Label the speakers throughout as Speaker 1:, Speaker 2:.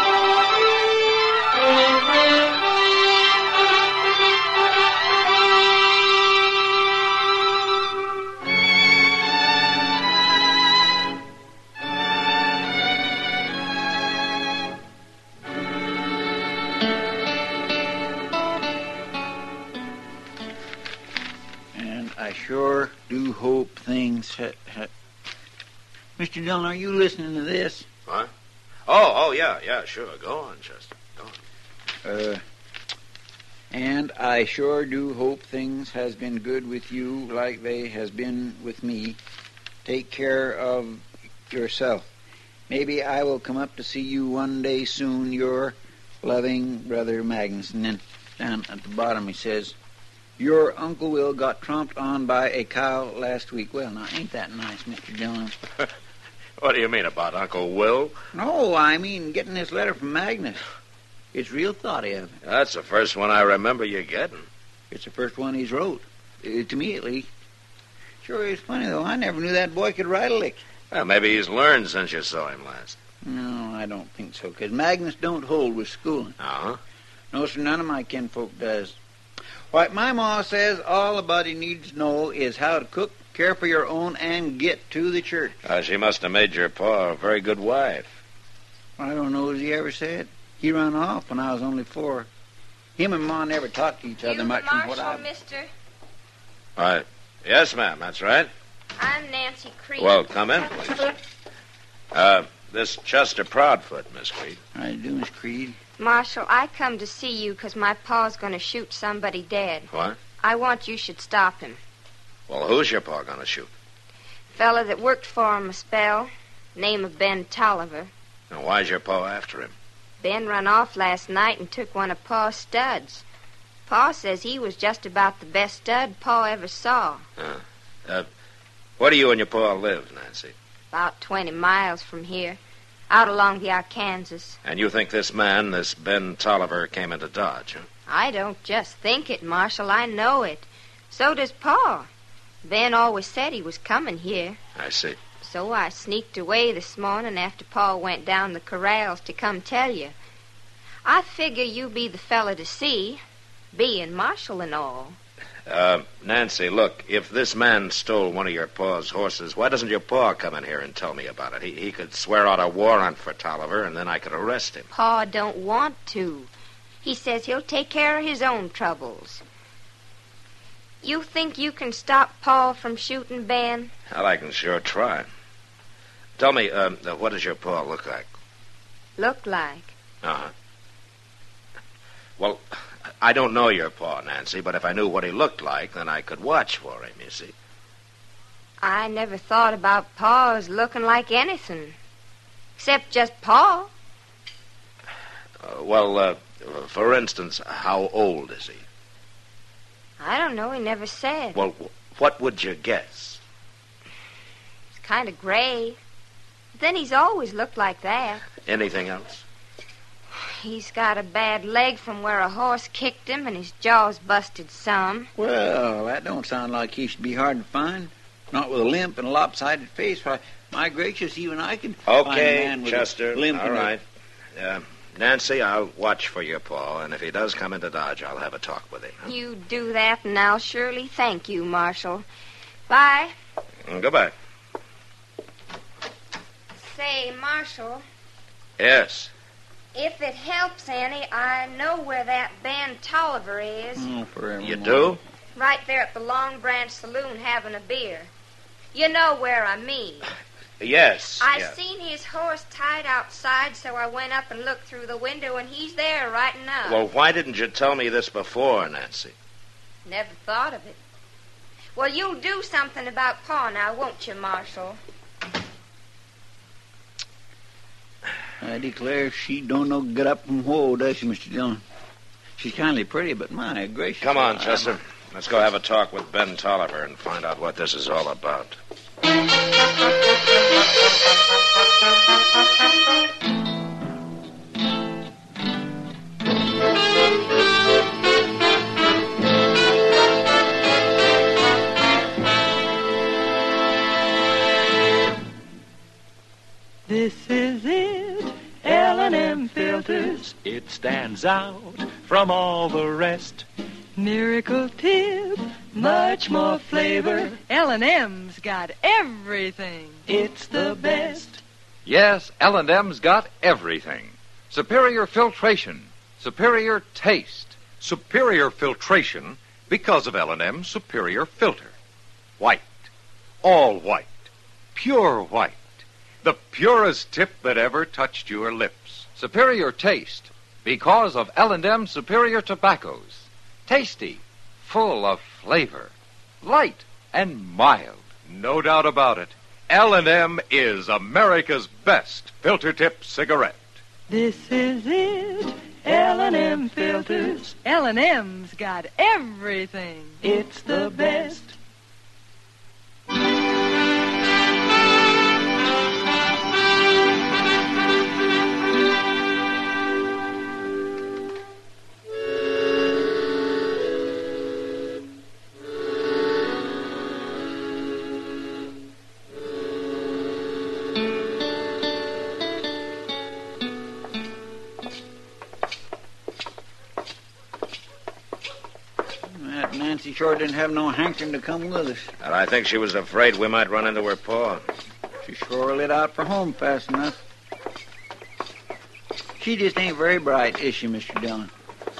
Speaker 1: And I sure do hope things. Ha- ha- Mr. Dillon, are you listening to this?
Speaker 2: Oh, oh, yeah, yeah, sure. Go on, Chester.
Speaker 1: Uh, and I sure do hope things has been good with you like they has been with me. Take care of yourself. Maybe I will come up to see you one day soon, your loving brother Magnus. And then down at the bottom he says, Your Uncle Will got tromped on by a cow last week. Well, now, ain't that nice, Mr. Dillon?
Speaker 2: What do you mean about Uncle Will?
Speaker 1: No, I mean getting this letter from Magnus. It's real thoughty of him.
Speaker 2: That's the first one I remember you getting.
Speaker 1: It's the first one he's wrote. Uh, to me, at least. Sure is funny, though. I never knew that boy could write a lick.
Speaker 2: Well, maybe he's learned since you saw him last.
Speaker 1: No, I don't think so, 'cause Magnus don't hold with schooling.
Speaker 2: Uh huh.
Speaker 1: No, sir, none of my kinfolk does. Why, my ma says all a body needs to know is how to cook, care for your own, and get to the church.
Speaker 2: she must have made your pa a very good wife.
Speaker 1: I don't know as he ever said. He run off when I was only four. Him and ma never talked to each
Speaker 3: You
Speaker 1: other
Speaker 3: the
Speaker 1: much from what I...
Speaker 3: marshal, mister?
Speaker 2: I. Yes, ma'am, that's right.
Speaker 3: I'm Nancy Creed.
Speaker 2: Well, come in, please. Uh, this Chester Proudfoot, Miss Creed.
Speaker 1: How you doing, Miss Creed?
Speaker 3: Marshal, I come to see you 'cause my pa's going to shoot somebody dead.
Speaker 2: What?
Speaker 3: I want you should stop him.
Speaker 2: Well, who's your pa gonna shoot?
Speaker 3: Fella that worked for him a spell, name of Ben Tolliver.
Speaker 2: And why's your pa after him?
Speaker 3: Ben run off last night and took one of Pa's studs. Pa says he was just about the best stud Pa ever saw,
Speaker 2: Where do you and your pa live, Nancy?
Speaker 3: about 20 miles from here, out along the Arkansas.
Speaker 2: And you think this man, this Ben Tolliver, came into Dodge, huh?
Speaker 3: I don't just think it, Marshal. I know it. So does Pa. Ben always said he was coming here.
Speaker 2: I see.
Speaker 3: So I sneaked away this morning after Pa went down the corrals to come tell you. I figure you be the fella to see, being Marshal and all.
Speaker 2: Uh, Nancy, look, if this man stole one of your pa's horses, why doesn't your pa come in here and tell me about it? He, he could swear out a warrant for Tolliver, and then I could arrest him.
Speaker 3: Pa don't want to. He says he'll take care of his own troubles. You think you can stop Pa from shooting Ben?
Speaker 2: Well, I can sure try. Tell me, um, uh, what does your pa look like?
Speaker 3: Look like.
Speaker 2: Uh huh. Well, I don't know your pa, Nancy, but if I knew what he looked like, then I could watch for him, you see.
Speaker 3: I never thought about Pa as looking like anything. Except just Pa.
Speaker 2: Uh, well, uh, for instance, how old is he?
Speaker 3: I don't know, he never said.
Speaker 2: Well, wh- what would you guess?
Speaker 3: He's kind of gray. Then he's always looked like that.
Speaker 2: Anything else?
Speaker 3: He's got a bad leg from where a horse kicked him, and his jaw's busted some.
Speaker 1: Well, that don't sound like he should be hard to find. Not with a limp and a lopsided face. Why, my gracious, even I can find a
Speaker 2: Okay,
Speaker 1: man with
Speaker 2: Chester.
Speaker 1: a limp
Speaker 2: all
Speaker 1: and a-
Speaker 2: right. Uh, Nancy, I'll watch for your paw, and if he does come into Dodge, I'll have a talk with him. huh?
Speaker 3: You do that, and I'll surely thank you, Marshal. Bye.
Speaker 2: Mm, Goodbye.
Speaker 3: Say, Marshal,
Speaker 2: Yes.
Speaker 3: if it helps any, I know where that Ben Tolliver is.
Speaker 1: Oh, forever
Speaker 2: You
Speaker 1: more.
Speaker 2: do?
Speaker 3: Right there at the Long Branch Saloon having a beer. You know where I mean.
Speaker 2: Yes.
Speaker 3: I
Speaker 2: yeah.
Speaker 3: seen his horse tied outside, so I went up and looked through the window, and he's there right now.
Speaker 2: Well, why didn't you tell me this before, Nancy?
Speaker 3: Never thought of it. Well, you'll do something about Pa now, won't you, Marshal?
Speaker 1: I declare she don't know get up from whoa, does she, Mr. Dillon? She's kindly pretty, but my gracious.
Speaker 2: Come on,
Speaker 1: I-
Speaker 2: Chester. Let's go have a talk with Ben Tolliver and find out what this is all about.
Speaker 4: This is it, L&M Filters,
Speaker 5: It stands out from all the rest.
Speaker 4: Miracle Tip, much more flavor. L&M's got everything. It's the best.
Speaker 6: Yes, L&M's got everything. Superior filtration, superior taste. Superior filtration because of L&M's superior filter. White. All white. Pure white. The purest tip that ever touched your lips. Superior taste because of L&M's superior tobaccos. Tasty, full of flavor, light and mild. No doubt about it. L&M is America's best filter tip cigarette.
Speaker 4: This is it, L&M Filters. L&M's got everything. It's the best.
Speaker 1: That Nancy sure didn't have no hankering to come with us.
Speaker 2: And I think she was afraid we might run into her paw.
Speaker 1: She sure lit out for home fast enough. She just ain't very bright, is she, Mr. Dillon?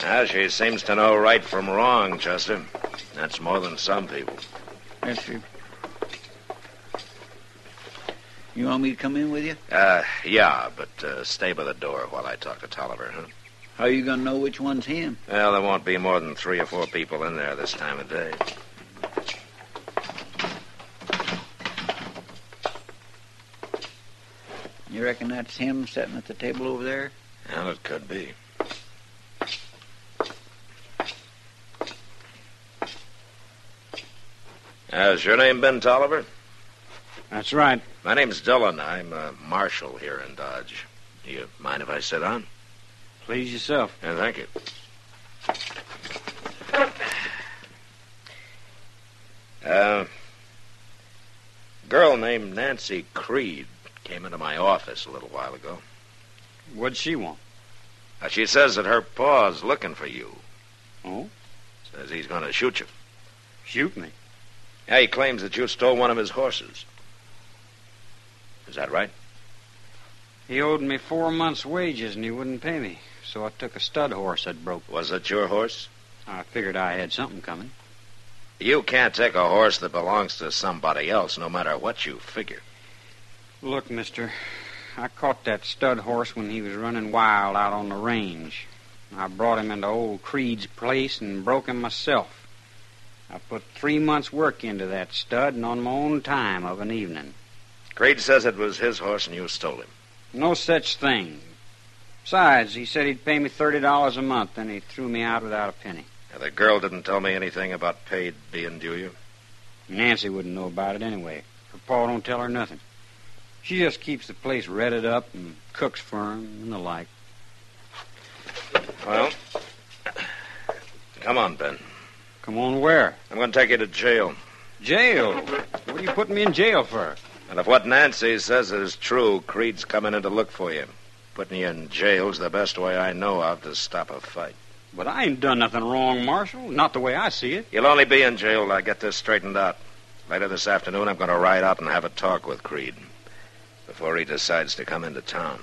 Speaker 2: Now Ah, she seems to know right from wrong, Chester. That's more than some people.
Speaker 1: Yes, sir. You want me to come in with you?
Speaker 2: Uh, yeah, but uh, stay by the door while I talk to Tolliver, huh?
Speaker 1: How you gonna know which one's him?
Speaker 2: Well, there won't be more than three or four people in there this time of day.
Speaker 1: You reckon that's him sitting at the table over there?
Speaker 2: Well, it could be. Uh, is your name Ben Tolliver?
Speaker 7: That's right.
Speaker 2: My name's Dillon. I'm a marshal here in Dodge. Do you mind if I sit down?
Speaker 7: Please yourself.
Speaker 2: Yeah, thank you. Uh, girl named Nancy Creed came into my office a little while ago.
Speaker 7: What'd she want?
Speaker 2: Uh, she says that her pa's looking for you.
Speaker 7: Oh?
Speaker 2: Says he's going to shoot you.
Speaker 7: Shoot me.
Speaker 2: Yeah, he claims that you stole one of his horses. Is that right?
Speaker 7: He owed me four months' wages and he wouldn't pay me. So I took a stud horse that broke.
Speaker 2: Was it your horse?
Speaker 7: I figured I had something coming.
Speaker 2: You can't take a horse that belongs to somebody else, no matter what you figure.
Speaker 7: Look, mister, I caught that stud horse when he was running wild out on the range. I brought him into old Creed's place and broke him myself. I put three months' work into that stud and on my own time of an evening.
Speaker 2: Creed says it was his horse and you stole him.
Speaker 7: No such thing. Besides, he said he'd pay me thirty dollars a month, and he threw me out without a penny.
Speaker 2: Now, the girl didn't tell me anything about paid being due you.
Speaker 7: Nancy wouldn't know about it anyway. Her pa don't tell her nothing. She just keeps the place redded up and cooks for 'em and the like.
Speaker 2: Well, come on, Ben.
Speaker 7: Come on, where?
Speaker 2: I'm going to take you to jail.
Speaker 7: Jail. What are you putting me in jail for?
Speaker 2: And if what Nancy says is true, Creed's coming in to look for you. Putting you in jail's the best way I know of to stop a fight.
Speaker 7: But I ain't done nothing wrong, Marshal. Not the way I see it.
Speaker 2: You'll only be in jail till I get this straightened out. Later this afternoon, I'm going to ride out and have a talk with Creed before he decides to come into town.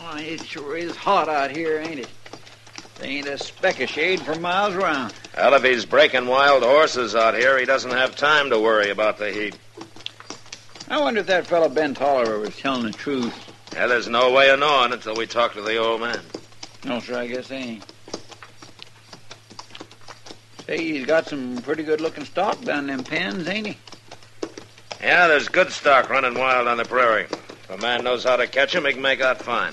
Speaker 8: Why, it sure is hot out here, ain't it? There ain't a speck of shade for miles round.
Speaker 2: Well, if he's breaking wild horses out here, he doesn't have time to worry about the heat.
Speaker 8: I wonder if that fellow Ben Tolliver was telling the truth.
Speaker 2: Well, there's no way of knowing until we talk to the old man.
Speaker 8: No, sir, I guess they ain't. Say, he's got some pretty good looking stock down them pens, ain't he?
Speaker 2: Yeah, there's good stock running wild on the prairie. If a man knows how to catch him, he can make out fine.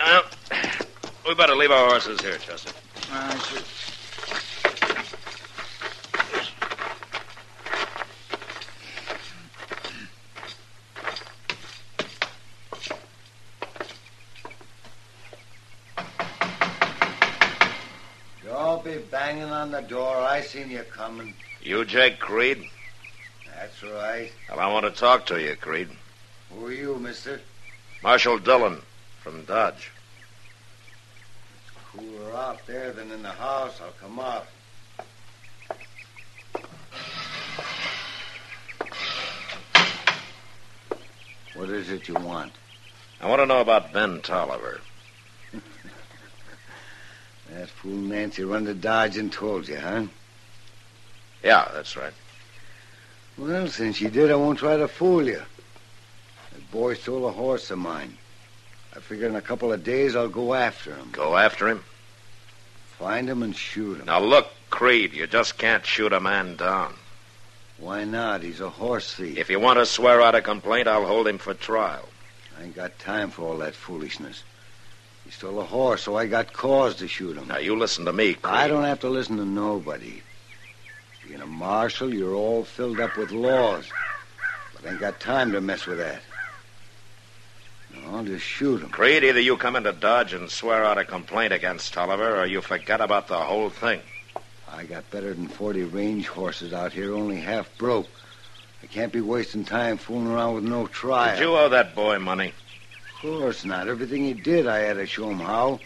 Speaker 2: Well, we better leave our horses here, Chester.
Speaker 8: Uh, sure.
Speaker 1: Don't be banging on the door. I seen you coming.
Speaker 2: You, Jake Creed?
Speaker 1: That's right.
Speaker 2: Well, I want to talk to you, Creed.
Speaker 1: Who are you, mister?
Speaker 2: Marshal Dillon from Dodge.
Speaker 1: Cooler out there than in the house. I'll come out. What is it you want?
Speaker 2: I want to know about Ben Tolliver.
Speaker 1: That fool Nancy run to Dodge and told you, huh?
Speaker 2: Yeah, that's right.
Speaker 1: Well, since you did, I won't try to fool you. That boy stole a horse of mine. I figure in a couple of days I'll go after him,
Speaker 2: Go after him.
Speaker 1: find him, and shoot him.
Speaker 2: Now, look, Creed, you just can't shoot a man down.
Speaker 1: Why not? He's a horse thief.
Speaker 2: If you want to swear out a complaint, I'll hold him for trial.
Speaker 1: I ain't got time for all that foolishness. He stole a horse, so I got cause to shoot him.
Speaker 2: Now, you listen to me, Creed.
Speaker 1: I don't have to listen to nobody. Being a marshal, you're all filled up with laws. But I ain't got time to mess with that. No, I'll just shoot him.
Speaker 2: Creed, either you come into Dodge and swear out a complaint against Tolliver, or you forget about the whole thing.
Speaker 1: I got better than 40 range horses out here, only half broke. I can't be wasting time fooling around with no trial.
Speaker 2: Did you owe that boy money?
Speaker 1: Of course not. Everything he did, I had to show him how.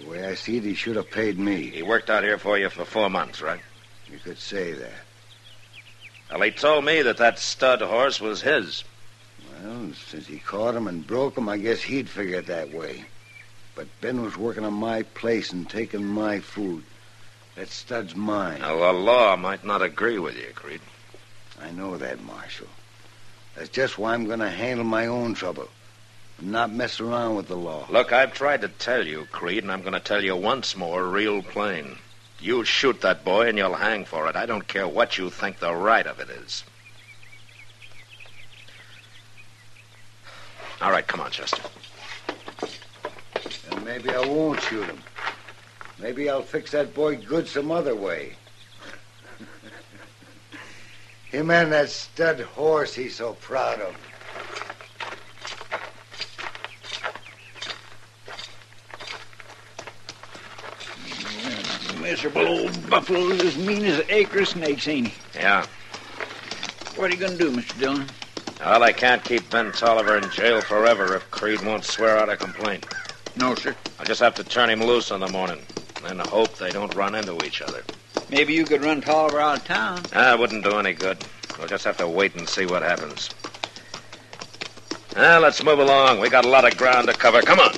Speaker 1: The way I see it, he should have paid me.
Speaker 2: He worked out here for you for four months, right?
Speaker 1: You could say that.
Speaker 2: Well, he told me that that stud horse was his.
Speaker 1: Well, since he caught him and broke him, I guess he'd figure it that way. But Ben was working on my place and taking my food. That stud's mine.
Speaker 2: Now, the law might not agree with you, Creed.
Speaker 1: I know that, Marshal. That's just why I'm going to handle my own trouble. I'm not mess around with the law.
Speaker 2: Look, I've tried to tell you, Creed, and I'm going to tell you once more, real plain. You shoot that boy and you'll hang for it. I don't care what you think the right of it is. All right, come on, Chester.
Speaker 1: And maybe I won't shoot him. Maybe I'll fix that boy good some other way. Him and that stud horse he's so proud of.
Speaker 8: Miserable old buffalo's as mean as an acre of snakes, ain't he?
Speaker 2: Yeah.
Speaker 8: What are you going to do, Mr. Dillon?
Speaker 2: Well, I can't keep Ben Tolliver in jail forever if Creed won't swear out a complaint.
Speaker 8: No, sir.
Speaker 2: I'll just have to turn him loose in the morning and then hope they don't run into each other.
Speaker 8: Maybe you could run Tolliver out of town.
Speaker 2: Ah, it wouldn't do any good. We'll just have to wait and see what happens. Now, let's move along. We got a lot of ground to cover. Come on.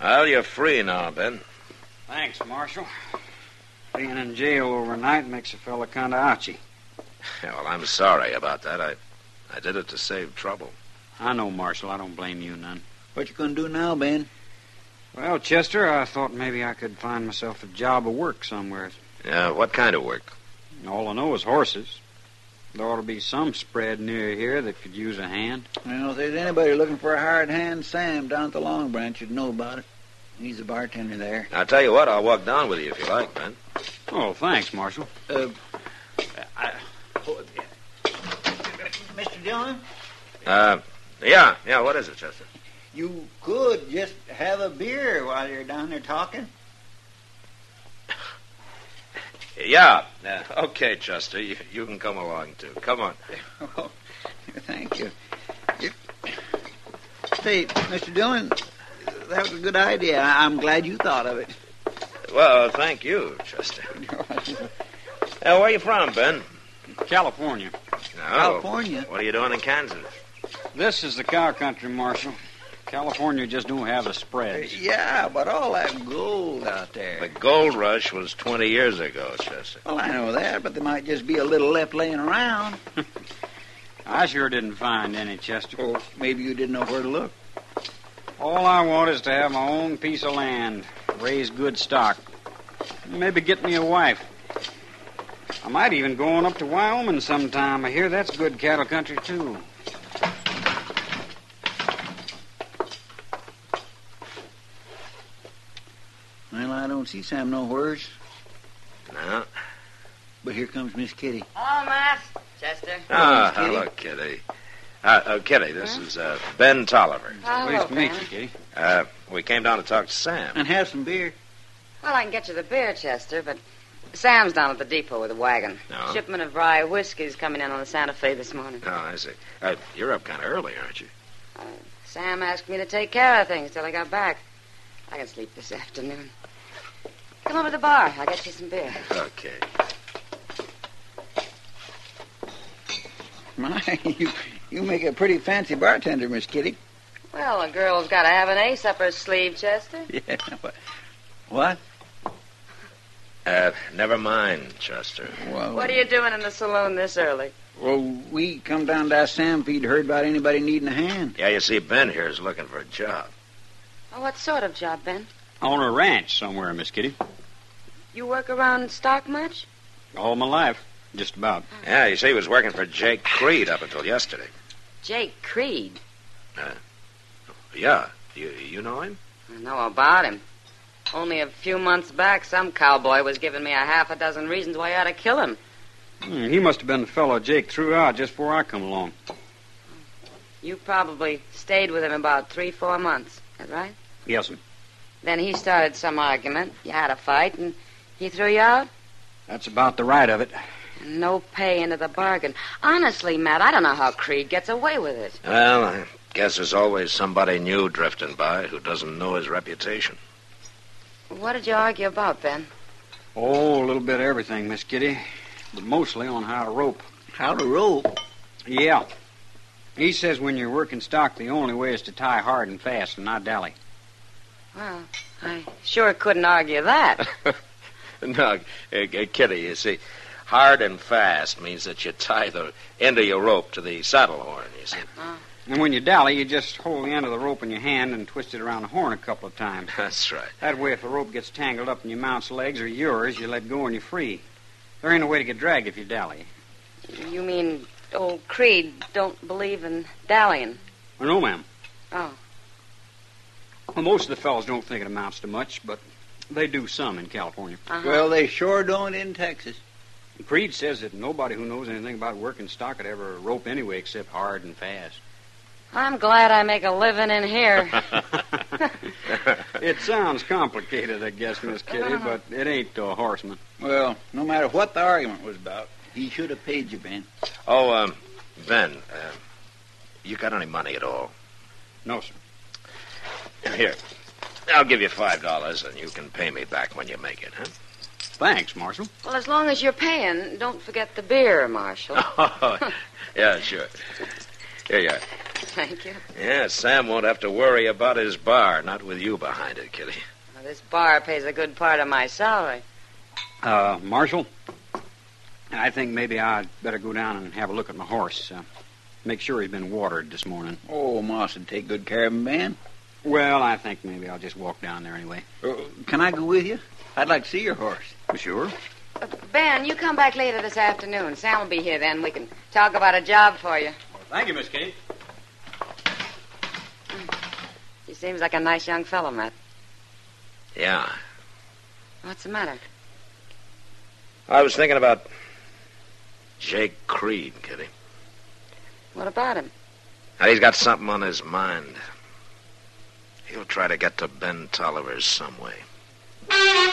Speaker 2: Well, you're free now, Ben.
Speaker 7: Thanks, Marshal. Being in jail overnight makes a fella kind of ouchy.
Speaker 2: Yeah, well, I'm sorry about that. I, I did it to save trouble.
Speaker 7: I know, Marshal. I don't blame you none.
Speaker 1: What you gonna do now, Ben?
Speaker 7: Well, Chester, I thought maybe I could find myself a job of work somewhere.
Speaker 2: Yeah, what kind of work?
Speaker 7: All I know is horses. There ought to be some spread near here that could use a hand.
Speaker 1: Well, if there's anybody looking for a hired hand, Sam down at the Long Branch would know about it. He's a bartender there.
Speaker 2: I'll tell you what, I'll walk down with you if you like, man.
Speaker 7: Oh, thanks, Marshal.
Speaker 1: Uh, I, oh, Mr. Dillon,
Speaker 2: Uh, yeah, yeah, what is it, Chester?
Speaker 1: you could just have a beer while you're down there talking.
Speaker 2: Yeah, yeah. Okay, Chester, you, you can come along, too. Come on.
Speaker 1: Oh, thank you. You- Say, Mr. Dillon, that was a good idea. I- I'm glad you thought of it.
Speaker 2: Well, thank you, Chester. Uh, where you from, Ben?
Speaker 7: California.
Speaker 2: No.
Speaker 1: Oh. California.
Speaker 2: What are you doing in Kansas?
Speaker 7: This is the cow country, Marshal. California just don't have the spread.
Speaker 1: Yeah, but all that gold out
Speaker 2: The
Speaker 1: there.
Speaker 2: gold rush was 20 years ago, Chester.
Speaker 1: Well, I know that, but there might just be a little left laying around.
Speaker 7: I sure didn't find any, Chester.
Speaker 1: Or maybe you didn't know where to look.
Speaker 7: All I want is to have my own piece of land, raise good stock, maybe get me a wife. I might even go on up to Wyoming sometime. I hear that's good cattle country, too.
Speaker 1: Well, I don't see Sam nowheres.
Speaker 2: No.
Speaker 1: But here comes Miss Kitty.
Speaker 3: Almost, Chester.
Speaker 2: Ah,
Speaker 1: Kitty.
Speaker 2: hello, Kitty. Uh, oh, Kitty, this is uh, Ben Tolliver.
Speaker 3: Oh,
Speaker 7: Pleased to meet you, Kitty.
Speaker 2: Uh, we came down to talk to Sam.
Speaker 1: And have some beer.
Speaker 9: Well, I can get you the beer, Chester, but Sam's down at the depot with a wagon.
Speaker 2: No.
Speaker 9: Shipment of rye whiskey's coming in on the Santa Fe this morning.
Speaker 2: Oh, I see. Uh, you're up kind of early, aren't you?
Speaker 9: Sam asked me to take care of things till I got back. I can sleep this afternoon. Come over to the bar. I'll get you some beer.
Speaker 2: Okay.
Speaker 1: My, you, you make a pretty fancy bartender, Miss Kitty.
Speaker 9: Well, a girl's got to have an ace up her sleeve, Chester.
Speaker 1: Yeah. What? What?
Speaker 2: Uh, never mind, Chester.
Speaker 1: Well,
Speaker 9: What are you doing in the saloon this early?
Speaker 1: Well, we come down to ask Sam if he'd heard about anybody needing a hand.
Speaker 2: Yeah, you see, Ben here is looking for a job.
Speaker 9: Oh, what sort of job, Ben?
Speaker 7: On a ranch somewhere, Miss Kitty.
Speaker 9: You work around stock much?
Speaker 7: All my life, just about.
Speaker 2: Yeah, you see, he was working for Jake Creed up until yesterday.
Speaker 9: Jake Creed.
Speaker 2: Yeah. You, you know him?
Speaker 9: I know about him. Only a few months back, some cowboy was giving me a half a dozen reasons why I ought to kill him.
Speaker 7: Hmm, he must have been the fellow Jake threw out just before I come along.
Speaker 9: You probably stayed with him about three, four months. Is that right?
Speaker 7: Yes, sir.
Speaker 9: Then he started some argument. You had a fight, and he threw you out.
Speaker 7: That's about the right of it.
Speaker 9: And no pay into the bargain. Honestly, Matt, I don't know how Creed gets away with it.
Speaker 2: Well, I guess there's always somebody new drifting by who doesn't know his reputation.
Speaker 9: What did you argue about, Ben?
Speaker 7: Oh, a little bit of everything, Miss Kitty, but mostly on how to rope.
Speaker 1: How to rope?
Speaker 7: Yeah. He says when you're working stock, the only way is to tie hard and fast and not dally.
Speaker 9: Well, I sure couldn't argue that.
Speaker 2: No, uh, uh, Kitty, you see, hard and fast means that you tie the end of your rope to the saddle horn, you see.
Speaker 7: And when you dally, you just hold the end of the rope in your hand and twist it around the horn a couple of times.
Speaker 2: That's right.
Speaker 7: That way, if the rope gets tangled up in your mount's legs or yours, you let go and you're free. There ain't a way to get dragged if you dally.
Speaker 9: you mean old Creed don't believe in dallying?
Speaker 7: Well, no, ma'am.
Speaker 9: Oh.
Speaker 7: Well, most of the fellows don't think it amounts to much, but they do some in California.
Speaker 9: Uh-huh.
Speaker 1: Well, they sure don't in Texas.
Speaker 7: Creed says that nobody who knows anything about working stock could ever rope anyway except hard and fast.
Speaker 9: I'm glad I make a living in here.
Speaker 7: It sounds complicated, I guess, Miss Kitty, but it ain't to a horseman.
Speaker 1: Well, no matter what the argument was about, he should have paid you, Ben.
Speaker 2: Oh, um, Ben, uh, you got any money at all?
Speaker 7: No, sir.
Speaker 2: Here, I'll give you five dollars, and you can pay me back when you make it, huh?
Speaker 7: Thanks, Marshal.
Speaker 9: well, as long as you're paying, don't forget the beer, Marshal.
Speaker 2: Oh. yeah, sure. Here you are.
Speaker 9: Thank you.
Speaker 2: Yeah, Sam won't have to worry about his bar, not with you behind it, Kitty.
Speaker 9: Now, this bar pays a good part of my salary.
Speaker 7: Uh, Marshal, I think maybe I'd better go down and have a look at my horse. Uh, Make sure he's been watered this morning.
Speaker 1: Oh, Mars'd take good care of him, man.
Speaker 7: Well, I think maybe I'll just walk down there anyway.
Speaker 1: Uh, can I go with you? I'd like to see your horse.
Speaker 7: Sure.
Speaker 9: Uh, Ben, you come back later this afternoon. Sam will be here then. We can talk about a job for you.
Speaker 7: Thank you, Miss Kitty.
Speaker 9: He seems like a nice young fellow, Matt.
Speaker 2: Yeah.
Speaker 9: What's the matter?
Speaker 2: I was thinking about Jake Creed, Kitty.
Speaker 9: What about him?
Speaker 2: Now, he's got something on his mind. He'll try to get to Ben Tolliver's some way.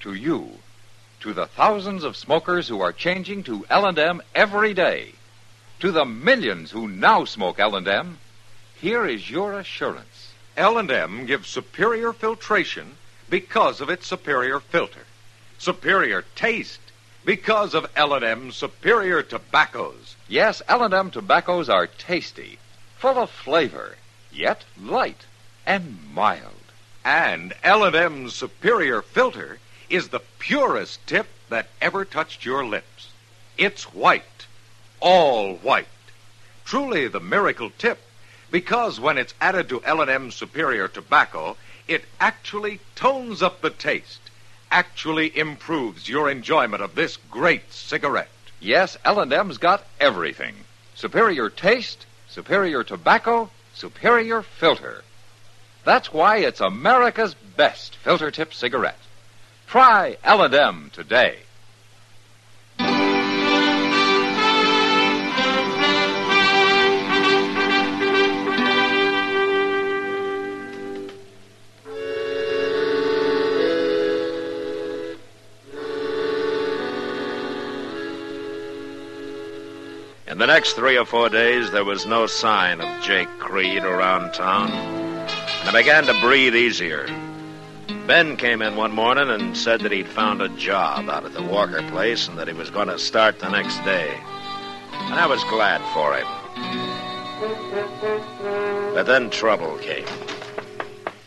Speaker 6: to you, to the thousands of smokers who are changing to L&M every day, to the millions who now smoke L&M, here is your assurance.
Speaker 10: L&M gives superior filtration because of its superior filter.
Speaker 6: Superior taste because of L&M superior tobaccos. Yes, L&M tobaccos are tasty, full of flavor, yet light and mild.
Speaker 10: And L&M's superior filter is the purest tip that ever touched your lips. It's white, all white.
Speaker 6: Truly the miracle tip because when it's added to L&M superior tobacco,
Speaker 10: It actually tones up the taste, actually improves your enjoyment of this great cigarette.
Speaker 6: Yes, L&M's got everything. Superior taste, superior tobacco, superior filter. That's why it's America's best filter tip cigarette. Try L&M today.
Speaker 2: In the next three or four days, there was no sign of Jake Creed around town, and I began to breathe easier. Ben came in one morning and said that he'd found a job out at the Walker place and that he was going to start the next day. And I was glad for him. But then trouble came.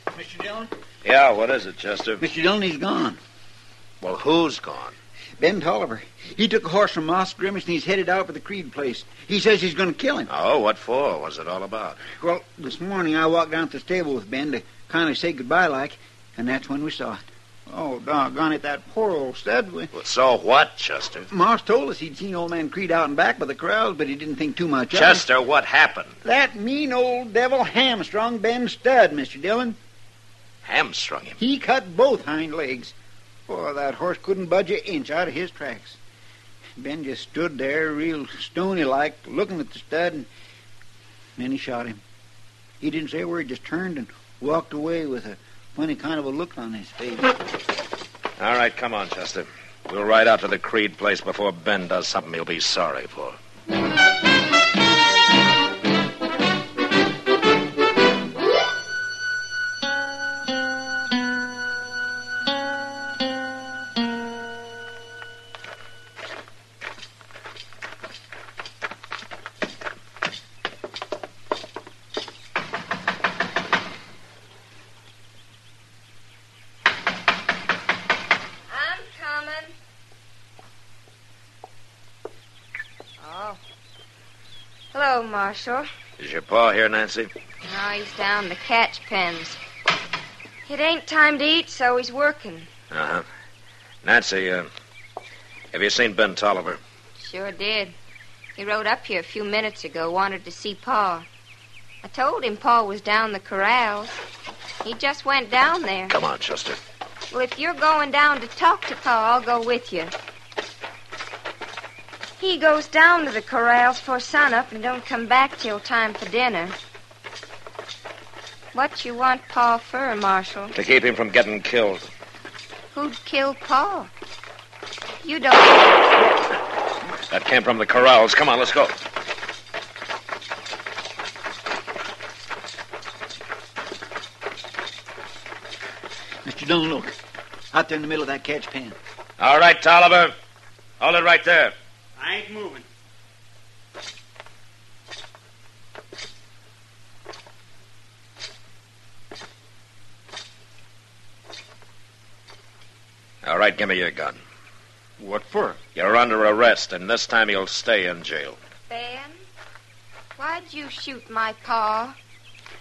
Speaker 1: Mr. Dillon?
Speaker 2: Yeah, what is it, Chester?
Speaker 1: Mr. Dillon, he's gone.
Speaker 2: Well, who's gone?
Speaker 1: Ben Tolliver. He took a horse from Moss Grimace and he's headed out for the Creed place. He says he's going to kill him.
Speaker 2: Oh, what for? What's it all about?
Speaker 1: Well, this morning I walked down to the stable with Ben to kind of say goodbye like, and that's when we saw it. Oh, doggone it, that poor old stud. We-
Speaker 2: Well, So what, Chester?
Speaker 1: Moss told us he'd seen old man Creed out and back by the corrals, but he didn't think too much of it.
Speaker 2: Chester, what happened?
Speaker 1: That mean old devil hamstrung Ben Stud, Mr. Dillon.
Speaker 2: Hamstrung him.
Speaker 1: He cut both hind legs. Boy, that horse couldn't budge an inch out of his tracks. Ben just stood there, real stony like, looking at the stud, and then he shot him. He didn't say a word, just turned and walked away with a funny kind of a look on his face.
Speaker 2: All right, come on, Chester. We'll ride out to the Creed place before Ben does something he'll be sorry for.
Speaker 3: I'm coming. Oh. Hello, Marshal.
Speaker 2: Is your pa here, Nancy?
Speaker 3: No, Oh, he's down the catch pens. It ain't time to eat, so he's working.
Speaker 2: Uh huh. Nancy, uh, have you seen Ben Tolliver?
Speaker 3: Sure did. He rode up here a few minutes ago, wanted to see Pa. I told him Pa was down the corrals. He just went down there.
Speaker 2: Come on, Chester.
Speaker 3: Well, if you're going down to talk to Pa, I'll go with you. He goes down to the corrals for sunup and don't come back till time for dinner. What you want Pa for, Marshal?
Speaker 2: To keep him from getting killed.
Speaker 3: Who'd kill Pa? You don't.
Speaker 2: That came from the corrals. Come on, let's go.
Speaker 1: Mr. Dillon, look. Out there in the middle of that catch pan.
Speaker 2: All right, Tolliver. Hold it right there.
Speaker 7: I ain't moving.
Speaker 2: All right, give me your gun.
Speaker 10: What for?
Speaker 2: You're under arrest, and this time you'll stay in jail.
Speaker 3: Ben, why'd you shoot my pa?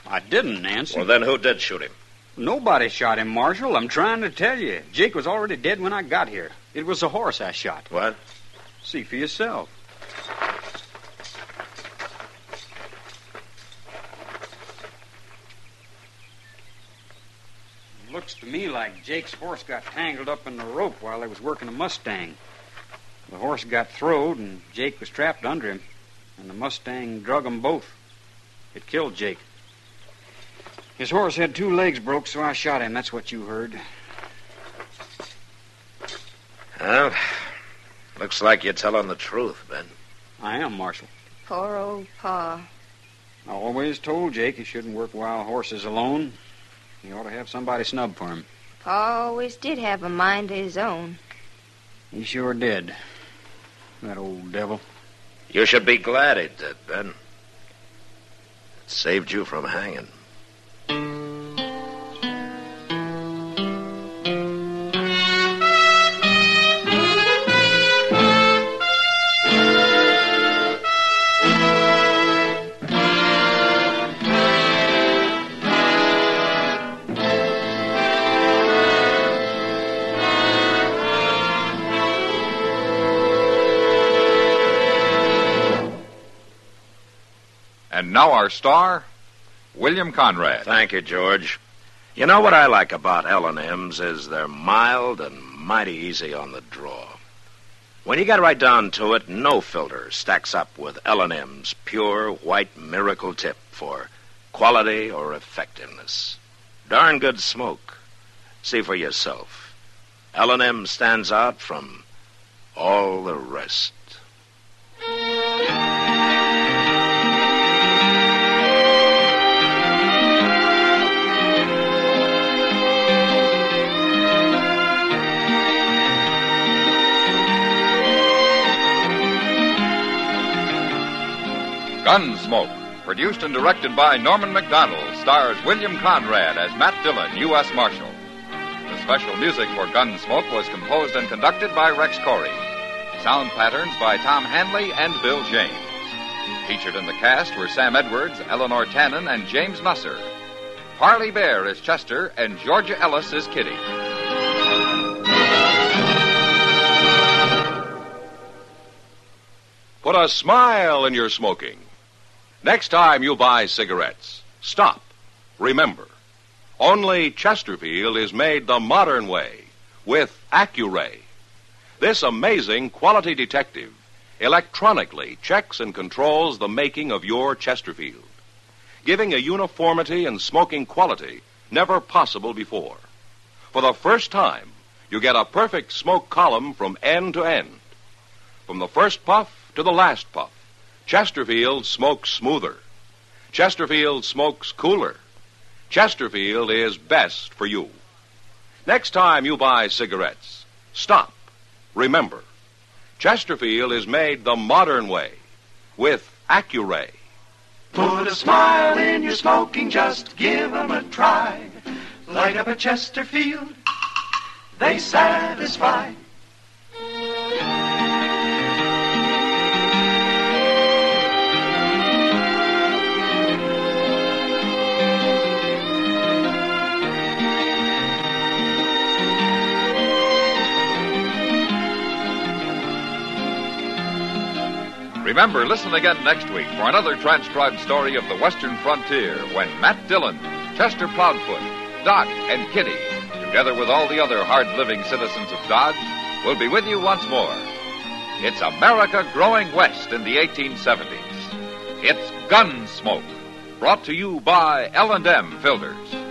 Speaker 7: I didn't, Nancy.
Speaker 2: Well, then who did shoot him?
Speaker 7: Nobody shot him, Marshal. I'm trying to tell you. Jake was already dead when I got here. It was the horse I shot.
Speaker 2: What?
Speaker 7: See for yourself. Looks to me like Jake's horse got tangled up in the rope while they was working the Mustang. The horse got throwed, and Jake was trapped under him, and the Mustang drug 'em both. It killed Jake. His horse had two legs broke, so I shot him. That's what you heard.
Speaker 2: Well, looks like you're telling the truth, Ben.
Speaker 7: I am, Marshal.
Speaker 3: Poor old pa.
Speaker 7: I always told Jake he shouldn't work wild horses alone. He ought to have somebody snub for him.
Speaker 3: Pa always did have a mind of his own.
Speaker 7: He sure did. That old devil.
Speaker 2: You should be glad he did, Ben. It saved you from hanging.
Speaker 6: And now our star, William Conrad.
Speaker 2: Thank you, George. You know what I like about L&M's is they're mild and mighty easy on the draw. When you get right down to it, no filter stacks up with L&M's pure white miracle tip for quality or effectiveness. Darn good smoke. See for yourself. L&M stands out from all the rest.
Speaker 6: Gunsmoke, produced and directed by Norman McDonald, stars William Conrad as Matt Dillon, U.S. Marshal. The special music for Gunsmoke was composed and conducted by Rex Corey. Sound patterns by Tom Hanley and Bill James. Featured in the cast were Sam Edwards, Eleanor Tannen, and James Musser. Parley Bear is Chester, and Georgia Ellis is Kitty.
Speaker 10: Put a smile in your smoking. Next time you buy cigarettes, stop. Remember, only Chesterfield is made the modern way with Accuray. This amazing quality detective electronically checks and controls the making of your Chesterfield, giving a uniformity and smoking quality never possible before. For the first time, you get a perfect smoke column from end to end. From the first puff to the last puff. Chesterfield smokes smoother. Chesterfield smokes cooler. Chesterfield is best for you. Next time you buy cigarettes, stop. Remember, Chesterfield is made the modern way with Accuray.
Speaker 5: Put a smile in your smoking, just give 'em a try. Light up a Chesterfield, they satisfy.
Speaker 6: Remember, listen again next week for another transcribed story of the Western frontier when Matt Dillon, Chester Proudfoot, Doc, and Kitty, together with all the other hard living citizens of Dodge, will be with you once more. It's America growing west in the 1870s. It's Gunsmoke, brought to you by L&M Filters.